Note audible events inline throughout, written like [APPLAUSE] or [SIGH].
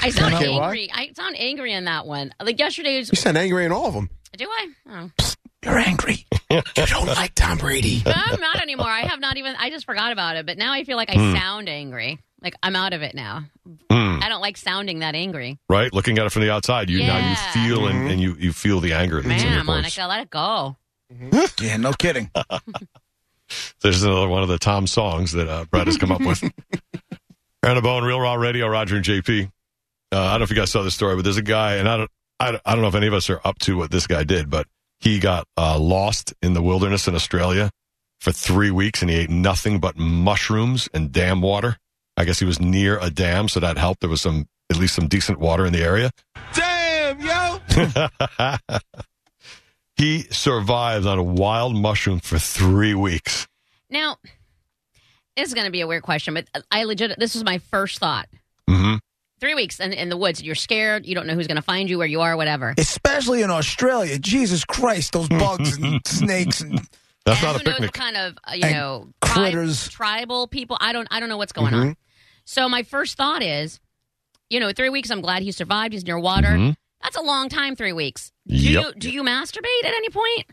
I sound Okay, what? angry. I sound angry in that one. Like yesterday's. You sound angry in all of them. Do I? Oh. You're angry. you don't like Tom Brady. No, I'm not anymore. I have not even. I just forgot about it. But now I feel like I Hmm. sound angry. Like I'm out of it now. Hmm. I don't like sounding that angry. right? Looking at it from the outside, you now you Yeah. Mm-hmm. feel and, and you, you feel the anger that's in your Man, voice. Monica, let it go. Yeah, no kidding. There's another one of the Tom songs that uh, Brad has come up with. Aaron Bone, Real Raw Radio, Roger and JP. Uh, I don't know if you guys saw this story, but there's a guy, and I don't, I don't, I don't know if any of us are up to what this guy did, but he got uh, lost in the wilderness in Australia for three weeks, and he ate nothing but mushrooms and dam water. I guess he was near a dam, so that helped. There was some, at least some decent water in the area. Damn, yo. [LAUGHS] he survived on a wild mushroom for three weeks. Now, this is going to be a weird question, but I legit. This was my first thought. Mm-hmm. hmm Three weeks in, in the woods. You're scared. You don't know who's going to find you, where you are, whatever. Especially in Australia. Jesus Christ, those bugs [LAUGHS] and snakes and That's And not a who knows picnic. what kind of uh, you And know critters. Mm-hmm. tribal people. I don't I don't know what's going on. So my first thought is, you know, three weeks. I'm glad he survived. He's near water. Mhm. That's a long time. Three weeks. Do Yep. you do you masturbate at any point?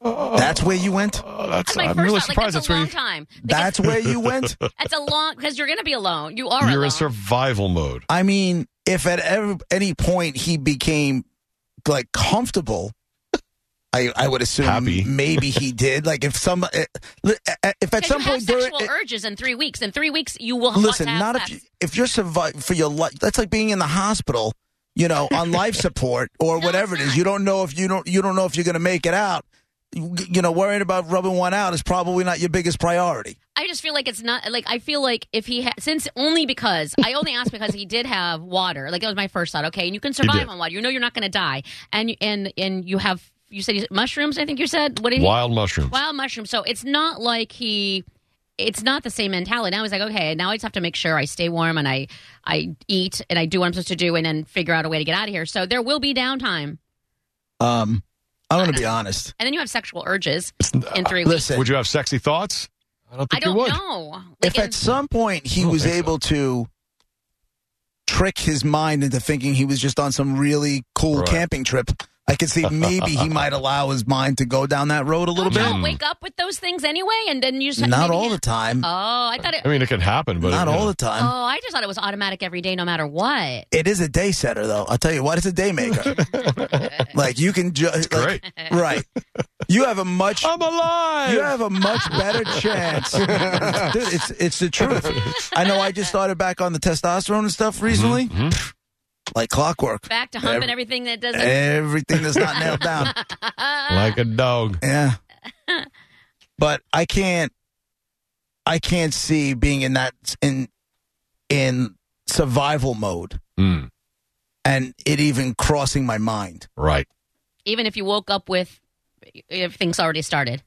that's where you went? Oh, that's, That's my I'm first really thought. Like, surprised. that's That's a where long you, time. Like, That's where you went? it's- that's a long because you're going to be alone. You are you're alone. in survival mode. I mean, if at ever, any point he became like comfortable, I, I would assume Happy. maybe he did. Like if some, eh, li- eh, if at Because some you have point during, eh, sexual urges in three weeks. In three weeks, you will want listen, to have not sex. if you, if you're surviving for your life. That's like being in the hospital, you know, on [LAUGHS] life support or No, whatever it it's is. not. You don't know if you don't you don't know if you're going to make it out. You, you know, worrying about rubbing one out is probably not your biggest priority. I just feel like it's not like I feel like if he ha- since only because I only asked because he did have water. Like that was my first thought. Okay, and you can did. survive on water. You know you're not going to die, and and and you have you said you- mushrooms. I think you said what did he? Wild mushrooms. Wild mushrooms. So it's not like he. It's not the same mentality. Now he's like, okay, now I just have to make sure I stay warm and I I eat and I do what I'm supposed to do and then figure out a way to get out of here. So there will be downtime, Um, I'm going [LAUGHS] to be honest. and then you have sexual urges It's- in three weeks. Listen, would you have sexy thoughts? I don't I think don't you would. know. Like, if in- at some point he don't was think so. able to trick his mind into thinking he was just on some really cool Right. camping trip, I could see maybe he might [LAUGHS] allow his mind to go down that road a little don't bit. y'all wake up with those things anyway, and then you just Not maybe- all the time. [LAUGHS] Oh, I thought it. I mean, it can happen, but Not you know, all the time. Oh, I just thought it was automatic every day, no matter [LAUGHS] what. It is a day setter, though. I'll tell you what, it's a day maker. like you can just great. [LAUGHS] Oh, right. You have a much I'm alive. you have a much better chance. Dude, it's it's the truth. I know. I just started back on the testosterone and stuff recently, Mm-hmm. like clockwork. Back to humping everything that doesn't. Everything that's not nailed down. Uh, Like a dog. Yeah. But I can't I can't see being in that in in survival mode Mm, and it even crossing my mind. right. even if you woke up with, if things already [LAUGHS] started.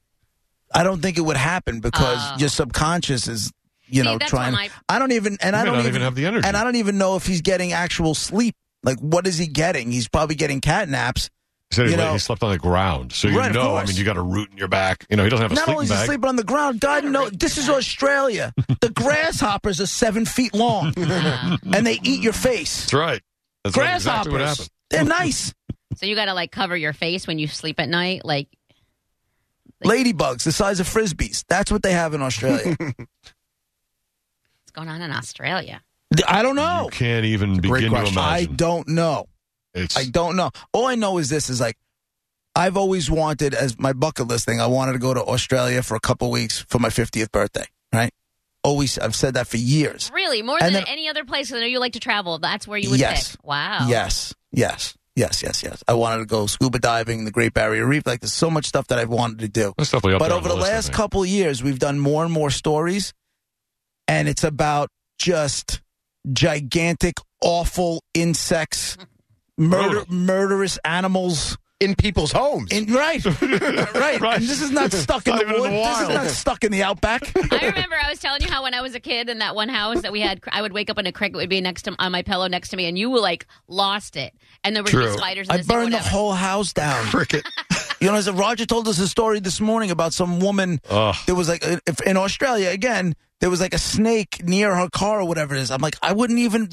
I don't think it would happen because Oh. your subconscious is you See, know that's trying what my- I don't even and I You may don't, not even have the energy. and I don't even know if he's getting actual sleep. Like what is he getting? He's probably getting cat naps. He said he, you lay- know- he slept on the ground, so you Right, of know. I course. mean, you got a root in your back. You know, he doesn't have a Not sleeping only is he bag. sleeping on the ground, God knows this is Australia. [LAUGHS] the grasshoppers are seven feet long Uh, and they eat your face. That's right. That's right, exactly what happened. grasshoppers. They're nice. So you got to like cover your face when you sleep at night. Like Ladybugs the size of frisbees. That's what they have in [LAUGHS] Australia. what's going on in Australia? I don't You know. can't even Great begin to question. imagine. I don't know. it's I don't know. All I know is this is like I've always wanted as my bucket list thing. I wanted to go to Australia for a couple weeks for my 50th birthday, right? Always I've said that for years. Really, more And than then- any other place. 'cause I know you like to travel. That's where you would Yes. pick. Wow. Yes. Yes. Yes, yes, yes. I wanted to go scuba diving, the Great Barrier Reef. Like, there's so much stuff that I've wanted to do. that's definitely up but there on over the, list, I last think. couple of years, we've done more and more stories, and it's about just gigantic, awful insects, murder, Brutal. murderous animals. In people's homes. In, [LAUGHS] right, right. Right. And this is not stuck in Not the even in woods. the This is wild. not stuck in the [LAUGHS] outback. I remember I was telling you how when I was a kid in that one house that we had, I would wake up and a cricket would be next to on my pillow next to me, and you were like lost it, and there were True. spiders. In I this and burned the whatever. whole house down. Cricket. You know, as Roger told us a story this morning about some woman. [LAUGHS] Ugh. There was like, a, if, in Australia again, there was like a snake near her car or whatever it is. I'm like, I wouldn't even.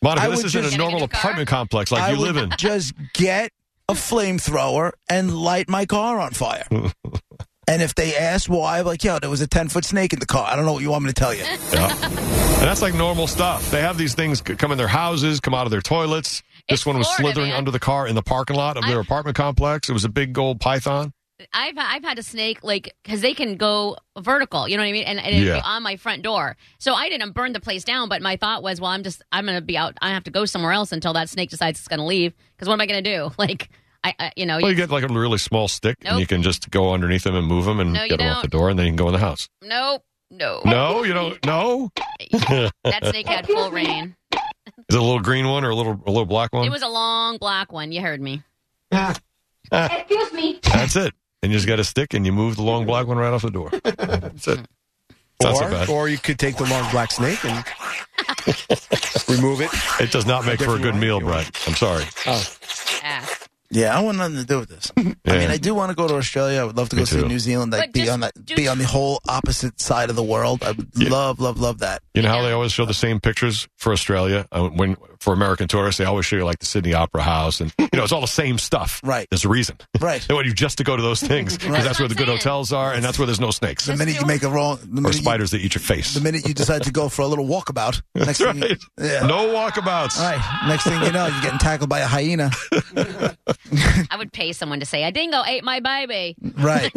Monica, I this would isn't just- a Get in normal your car. apartment complex like I you would live in. just get a flamethrower and light my car on fire. [LAUGHS] and if they ask why, I'm like, yo, there was a ten foot snake in the car. I don't know what you want me to tell you. And that's like normal stuff. They have these things c- come in their houses, come out of their toilets. This It's one was Florida, slithering man. under the car in the parking lot of their I- Oh, apartment complex. It was a big gold python. I've I've had a snake like because they can go vertical, you know what I mean, and, and it'd Yeah. be on my front door. So I didn't burn the place down, but my thought was, well, I'm just I'm gonna be out. I have to go somewhere else until that snake decides it's gonna leave. Because what am I gonna do? [LAUGHS] Like I, I you know, Well, you get like a really small stick, and Nope. you can just go underneath them and move them and No, you get them off don't. the door, and then you can go in the house. nope, no, No, you don't. No, that snake had full [LAUGHS] reign. is it a little green one or a little a little black one? It was a long black one. You heard me. Excuse me. That's it. And you just got a stick, and you move the long black one right off [LAUGHS] the door. That's it. It's not so or, bad. or you could take the long black snake and remove it. It does not make for a Different good one. meal, Brett. I'm sorry. Ass. Yeah, I want nothing to do with this. I Yeah. mean, I do want to go to Australia. I would love to Me go see too. New Zealand. Like, But be just on that, do- be on the whole opposite side of the world. I would Yeah. love, love, love that. You know how they always show the same pictures for Australia Uh, when for American tourists they always show you like the Sydney Opera House and you know it's all the same stuff. [LAUGHS] Right. There's a reason. [LAUGHS] Right. They want you just to go to those [LAUGHS] things because Right. that's where the good That's what I'm saying. hotels are and that's where there's no snakes The minute you make a wrong, the or minute, you, spiders that eat your face. [LAUGHS] the minute you decide to go for a little walkabout, next That's thing, right. you, yeah. No walkabouts. All right. Next thing you know, you're getting tackled by a hyena. I would pay someone to say a dingo ate my baby. Right.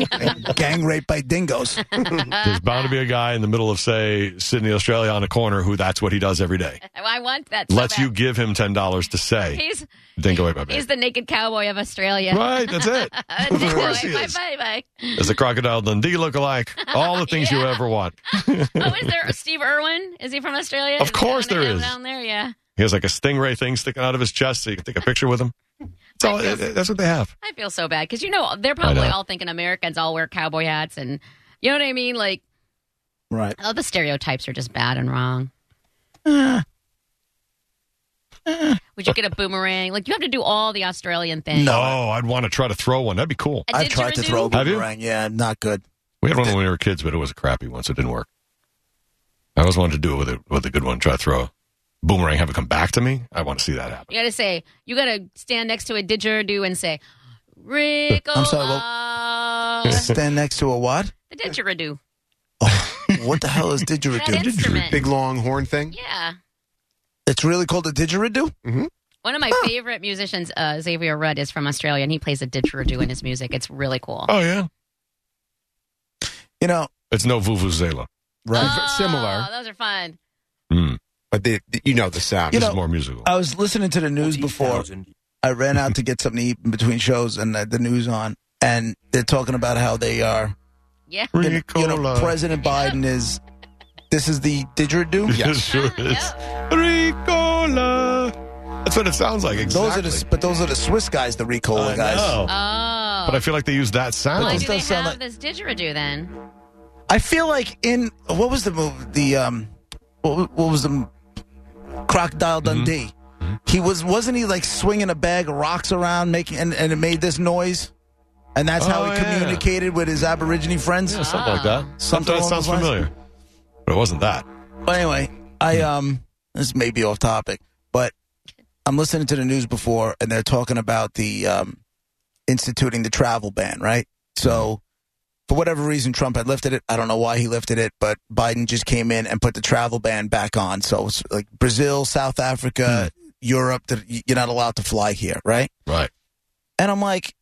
Gang raped by dingoes. There's bound to be a guy in the middle of say Sydney, Australia, on a corner who that's what he does every day. I want that. so Let's bad. you give him ten dollars to say He's dingo ate my baby. he's the naked cowboy of Australia. Right, that's [LAUGHS] it. [LAUGHS] A dingo course ate he my is. baby. Does the crocodile Dundee look alike? All [LAUGHS] the things you ever want. Oh, is [LAUGHS] there a Steve Irwin? Is he from Australia? Of Is he course down there down- is. Down there, yeah. He has like a stingray thing sticking out of his chest, so you can take a picture with him. That's, all, uh, that's what they have. I feel so bad because you know they're probably know. all thinking Americans all wear cowboy hats and you know what I mean. Like, Right. oh, the stereotypes are just bad and [SIGHS] wrong. Would you get a boomerang? Like, you have to do all the Australian things. No. Oh, I'd want to try to throw one. That'd be cool. A I've tried to didgeridoo? throw a Have you? boomerang. Yeah, I'm not [LAUGHS] good. We had one when we were kids, but it was a crappy one, so it didn't work. I always wanted to do it with a, with a good one. Try to throw a boomerang, have it come back to me. I want to see that happen. You gotta say you gotta stand next to a didgeridoo and say, "Rick, I'm sorry, Stand next to a what? the didgeridoo, What the hell is that didgeridoo? instrument." Big long horn thing. Yeah. It's really called a didgeridoo? One of my favorite musicians, uh, Xavier Rudd, is from Australia, and he plays a didgeridoo in his music. It's really cool. Oh, yeah. You know, It's no vuvuzela. Right. Oh, Similar. Those are fun. Mm, But the, the- you know the sound. You this know- uh, is more musical. I was listening to the news before. I ran out to get something to eat in between shows and uh, the news on, and they're talking about how they are. Yeah. You know, you know, Ricola. President Biden is. This is the didgeridoo? [LAUGHS] It sure is. Ricola. That's what it sounds like. Exactly. Those are the, but those are the Swiss guys, the recall I guys. know. Oh. But I feel like they use that sound. Why this do they does sound have like- this didgeridoo then? I feel like in what was the movie? The um, what, what was the m- Crocodile Mm-hmm. Dundee? He was wasn't he like swinging a bag of rocks around, making and, and it made this noise, and that's how he Oh, yeah. communicated with his Aborigine friends. Yeah, something like that. Something that along sounds those lines. familiar. But it wasn't that. But anyway, I um, this may be off topic, but I'm listening to the news before, and they're talking about the um, instituting the travel ban, right? So, for whatever reason, Trump had lifted it. I don't know why he lifted it, but Biden just came in and put the travel ban back on. So it's like Brazil, South Africa, Europe, that y- you're not allowed to fly here, right? Right. And I'm like,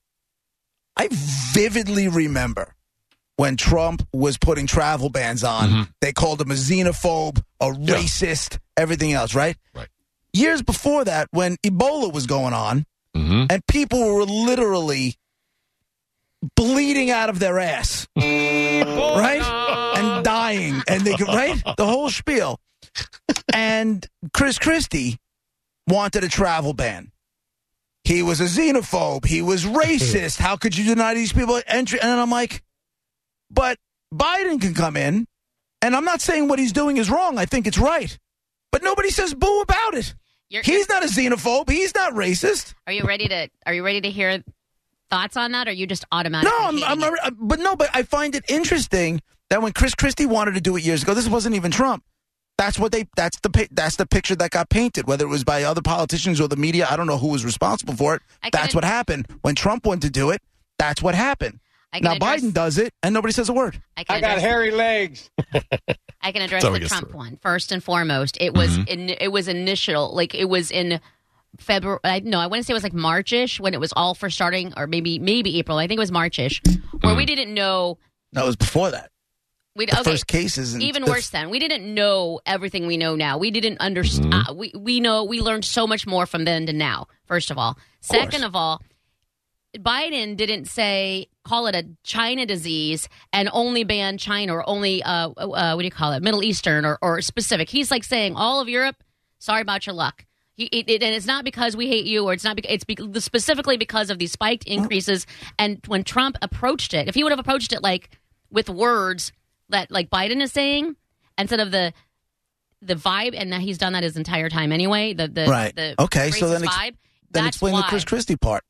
I vividly remember when Trump was putting travel bans on. They called him a xenophobe, a racist, everything else, right? Right. Years before that, when Ebola was going on Mm-hmm. and people were literally bleeding out of their ass, right? And dying. And they could, right? The whole spiel. And Chris Christie wanted a travel ban. He was a xenophobe. He was racist. How could you deny these people entry? And I'm like, but Biden can come in. And I'm not saying what he's doing is wrong. I think it's right. But nobody says boo about it. You're, He's not a xenophobe. He's not racist. are you ready to? Are you ready to hear thoughts on that, or you just automatically? No, I'm, hating I'm, it? alre- uh, but no, but I find it interesting that when Chris Christie wanted to do it years ago, this wasn't even Trump. That's what they. That's the. pi- That's the picture that got painted. Whether it was by other politicians or the media, I don't know who was responsible for it. I That's couldn't- what happened when Trump went to do it. That's what happened. I can Now address- Biden does it, and nobody says a word. I, can I got address- hairy legs. I can address That's how the it gets Trump through. one first and foremost. It was in, it was initial, like it was in February. I, no, I want to say it was like Marchish when it was all for starting, or maybe maybe April. I think it was Marchish, where we didn't know. No, it was before that. We The okay, first cases, and even the- worse then we didn't know everything we know now we didn't understand uh, we, we know we learned so much more from then to now first of all second of all biden didn't say call it a china disease and only ban china or only uh, uh, what do you call it middle eastern or, or specific he's like saying all of europe sorry about your luck he, it, it- and it's not because we hate you, or it's not. Because, it's bec specifically because of these spiked increases. And when Trump approached it, if he would have approached it like with words that like Biden is saying instead of the the vibe, and now he's done that his entire time anyway. The the Right. the Okay, so racist then ex- vibe. Then That's explain why the Chris Christie part.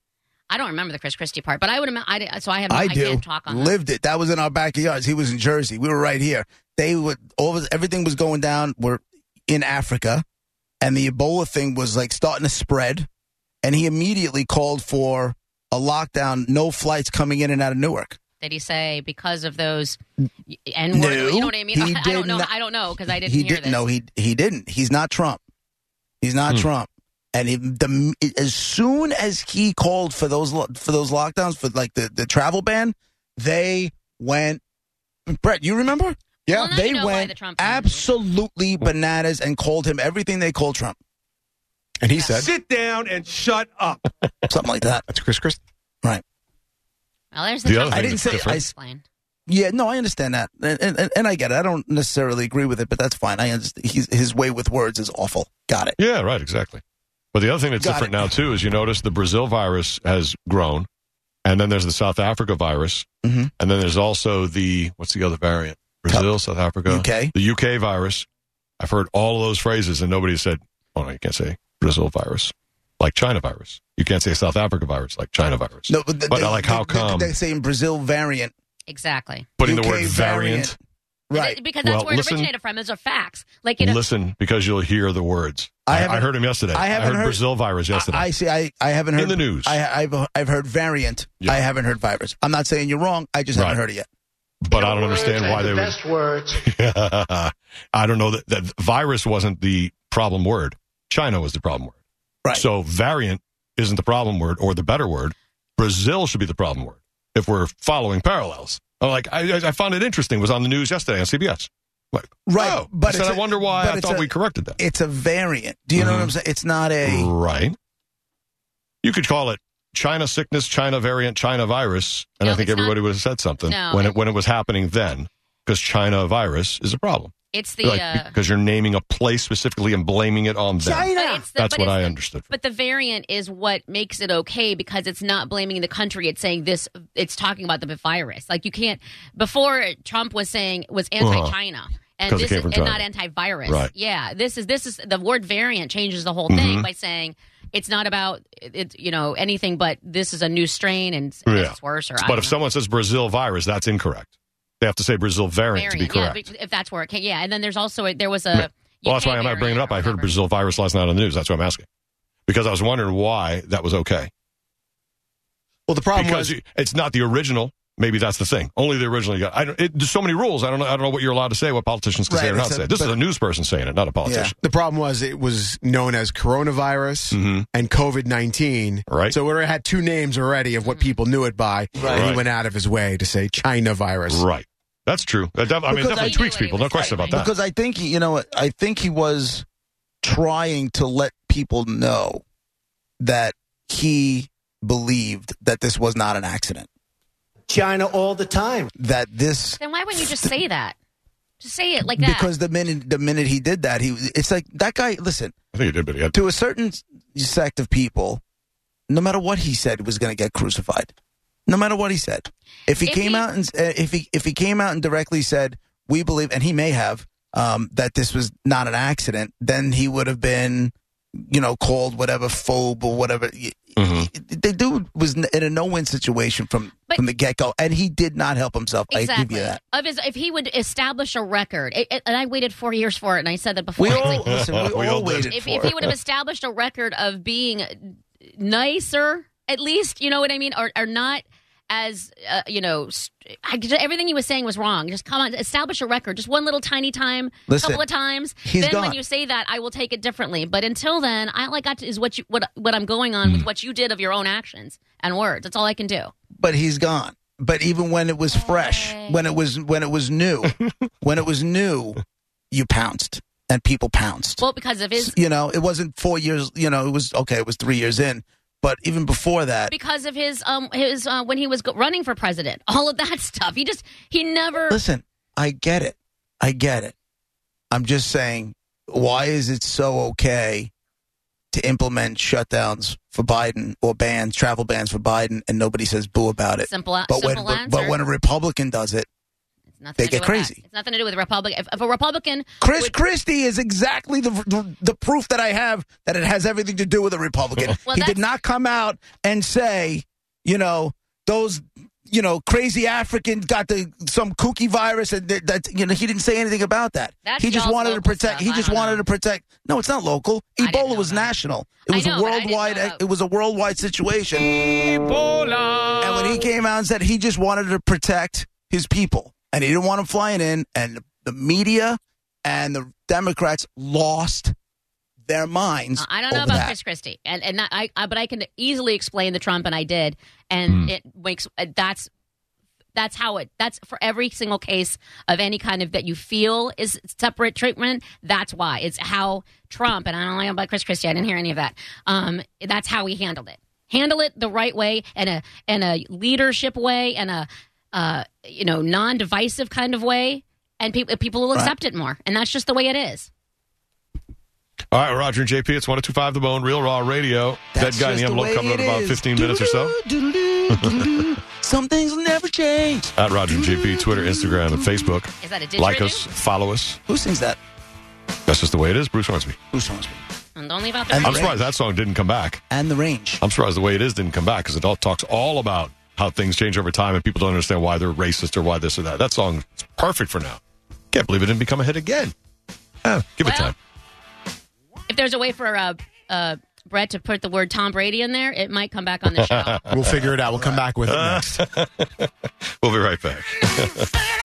I don't remember the Chris Christie part, but I would. ima- I di- so I have. no- I do. can't talk on. that. Lived it. That was in our backyards. He was in Jersey. We were right here. They were all of- everything was going down. We're in Africa, and the Ebola thing was like starting to spread, and he immediately called for a lockdown, no flights coming in and out of Newark. Did he say because of those and word? you know what I mean? [LAUGHS] he I don't did know. not- I don't know because I didn't he hear didn't. this. No, he he didn't. He's not Trump. He's not Hmm. Trump. And he, the, as soon as he called for those lo- for those lockdowns for like the, the travel ban, they went. Brett, you remember? Well, now you they know why went the Trump family- absolutely bananas and called him everything they called Trump, And he said, Sit down and shut up. something like that. that's Chris Christie. Well, there's The the. other Trump I thing didn't that's say. I, different. s- explained. yeah, no, I understand that, and, and, and I get it. I don't necessarily agree with it, but that's fine. I understand. He's, his way with words is awful. Got it. Yeah, right, exactly. But the other thing that's Got different it. now too is you notice the Brazil virus has grown, and then there's the South Africa virus, Mhm. and then there's also the what's the other variant? Brazil, South Africa, UK. the UK virus. I've heard all of those phrases, and nobody said, "Oh no, you can't say Brazil virus like China virus. You can't say South Africa virus like China virus." No, but, th- But, they, like, how they- they- come? they say in Brazil variant? Exactly. Putting the UK word variant, Right. Because that's Well, where it listen- originated from. Those are facts. Like it. listen because you'll hear the words. I I, I, haven't- heard him yesterday. I haven't heard, heard- Brazil virus yesterday. I, I see. I, I haven't heard In the news. I, I've I've heard variant. Yeah. I haven't heard virus. I'm not saying you're wrong. I just Right. haven't heard it yet. but I don't understand why they would. words. [LAUGHS] I don't know that, that virus wasn't the problem word. China was the problem word. Right. So variant isn't the problem word or the better word. Brazil should be the problem word if we're following parallels. I'm like, I, I- I found it interesting. It was on the news yesterday on CBS. Like, Right, oh. but I said, it's I a- wonder Mm-hmm. why but I it's thought a- we corrected that. It's a variant. Do you know what I'm saying? It's not a. Right. You could call it China sickness, China variant, China virus, and No, I think it's not- everybody would have said something No, when it it- when it was happening then, because China virus is a problem. It's the. like, uh, because you're naming a place specifically and blaming it on them. But it's the- That's but what it's I the- understood. But the variant is what makes it okay because it's not blaming the country. It's saying this. It's talking about the virus. Like you can't. Before Trump was saying was anti-China. And Uh-huh. 'Cause it this came is from and China. not anti-virus. Right. Mm-hmm. Yeah, this is this is the word variant changes the whole thing by saying it's not about it, you know anything, but this is a new strain and it's- Yeah. it's worse. Or I But don't if know. someone says Brazil virus, that's incorrect. They have to say Brazil variant, to be Variant, correct. Yeah, if that's where it came. Yeah, and then there's also a, there was a. well, that's UK why I'm not bringing it variant up. or I heard whatever. Brazil virus last night on the news. That's why I'm asking. Because I was wondering why that was okay. Well, the problem Because was you- it's not the original. Maybe that's the thing. Only the original. You got. I don't, it, there's so many rules. I don't know. I don't know what you're allowed to say. What politicians can say Right, or not it's a- say. This is but- a news person saying it, not a politician. the problem was it was known as coronavirus Mhm. and COVID nineteen. Right. So it already had two names already of what people knew it by. And Right. he went out of his way to say China virus. Right. That's true. That def- I mean, it Because definitely I- tweaks people. No question about that. Because I think he, you know, what, I think he was trying to let people know that he believed that this was not an accident. China all the time. That this Then why wouldn't you just say that? Just say it like that. because the minute the minute he did that, he it's like that guy. Listen, I think it did, but he had to a certain sect of people, no matter what he said, was going to get crucified. No matter what he said, if he If came he- out and s- uh, if he if he came out and directly said, "We believe," and he may have um, that this was not an accident, then he would have been you know, called whatever phobe or whatever. Y- Mhm. y- The dude was n- in a no-win situation from But- from the get-go, and he did not help himself. I give Exactly. you that. Of his, if he would establish a record, it, it- and I waited four years for it, and I said that before. We It's all like, listen, we, We all all did. waited if, for if it. he would have established a record of being nicer, at least, you know what I mean, or, or not as uh, you know, st- I, just- everything he was saying was wrong. Just come on, establish a record, just one little tiny time, Listen, couple of times. he's then when gone. you say that, I will take it differently. But until then, all I got to, is what you what what I'm going on Mm. with what you did of your own actions and words. That's all I can do. but he's gone. But even when it was fresh, when it was when it was new, when it was new, you pounced and people pounced. Well, because of his you know, it wasn't four years. You know, it was okay. It was three years in, but even before that, because of his um his uh, when he was go- running for president, [LAUGHS] all of that stuff. He just he never. listen, I get it. I get it. I'm just saying, why is it so okay to implement shutdowns for Biden or bans, travel bans for Biden, and nobody says boo about it? Simple, But when simple but, answer. but when a Republican does it, It's nothing They to get do with that. crazy. It's nothing to do with Republican. If, if a Republican, Chris Would- Christie is exactly the, the the proof that I have that it has everything to do with a Republican. Well, he that's- did not come out and say, you know, those you know crazy Africans got the some kooky virus and that, that you know he didn't say anything about that. That's he just y'all's wanted to local protect. stuff. He I just don't wanted know. to protect. No, it's not local. didn't Ebola know was that. national. It I was know, a but I didn't know worldwide. e, about- It was a worldwide situation. Ebola. And when he came out and said he just wanted to protect his people and he didn't want him flying in, and the media and the Democrats lost their minds. Uh, I don't know over about that. Chris Christie, and and that, I, I but I can easily explain the Trump, and I did, and Hmm. it makes uh, that's that's how it that's for every single case of any kind of that you feel is separate treatment. That's why it's how Trump, and I don't know about Chris Christie. I didn't hear any of that. Um, that's how he handled it. Handle it the right way, and a and a leadership way, and a uh, you know non-divisive kind of way, and people people will accept it more, and that's just the way it is. All right, Roger and JP, it's 1025 The Bone, Real Raw Radio. That's Dead Guy and the just Envelope way coming up it in about is. 15 minutes or so. Doo-doo-doo, doo-doo-doo. Some things will never change. At Roger and JP, Twitter, Instagram, and Facebook. Is that a Like didgeridoo? us, follow us. Who sings that? That's just the way it is. Bruce Hornsby. Who songs me? And only about the And I'm Right. surprised that song didn't come back. And the range. I'm surprised the way it is didn't come back because it all talks all about how things change over time and people don't understand why they're racist or why this or that. That song is perfect for now. Can't believe it didn't become a hit again. Eh, give it Well, time. if there's a way for uh, uh, Brett to put the word Tom Brady in there, it might come back on the show. We'll figure it out. We'll come back with it next. We'll be right back.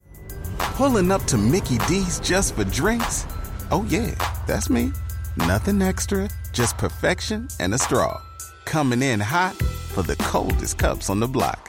Pulling up to Mickey D's just for drinks? Oh, yeah, that's me. Nothing extra, just perfection and a straw. Coming in hot for the coldest cups on the block.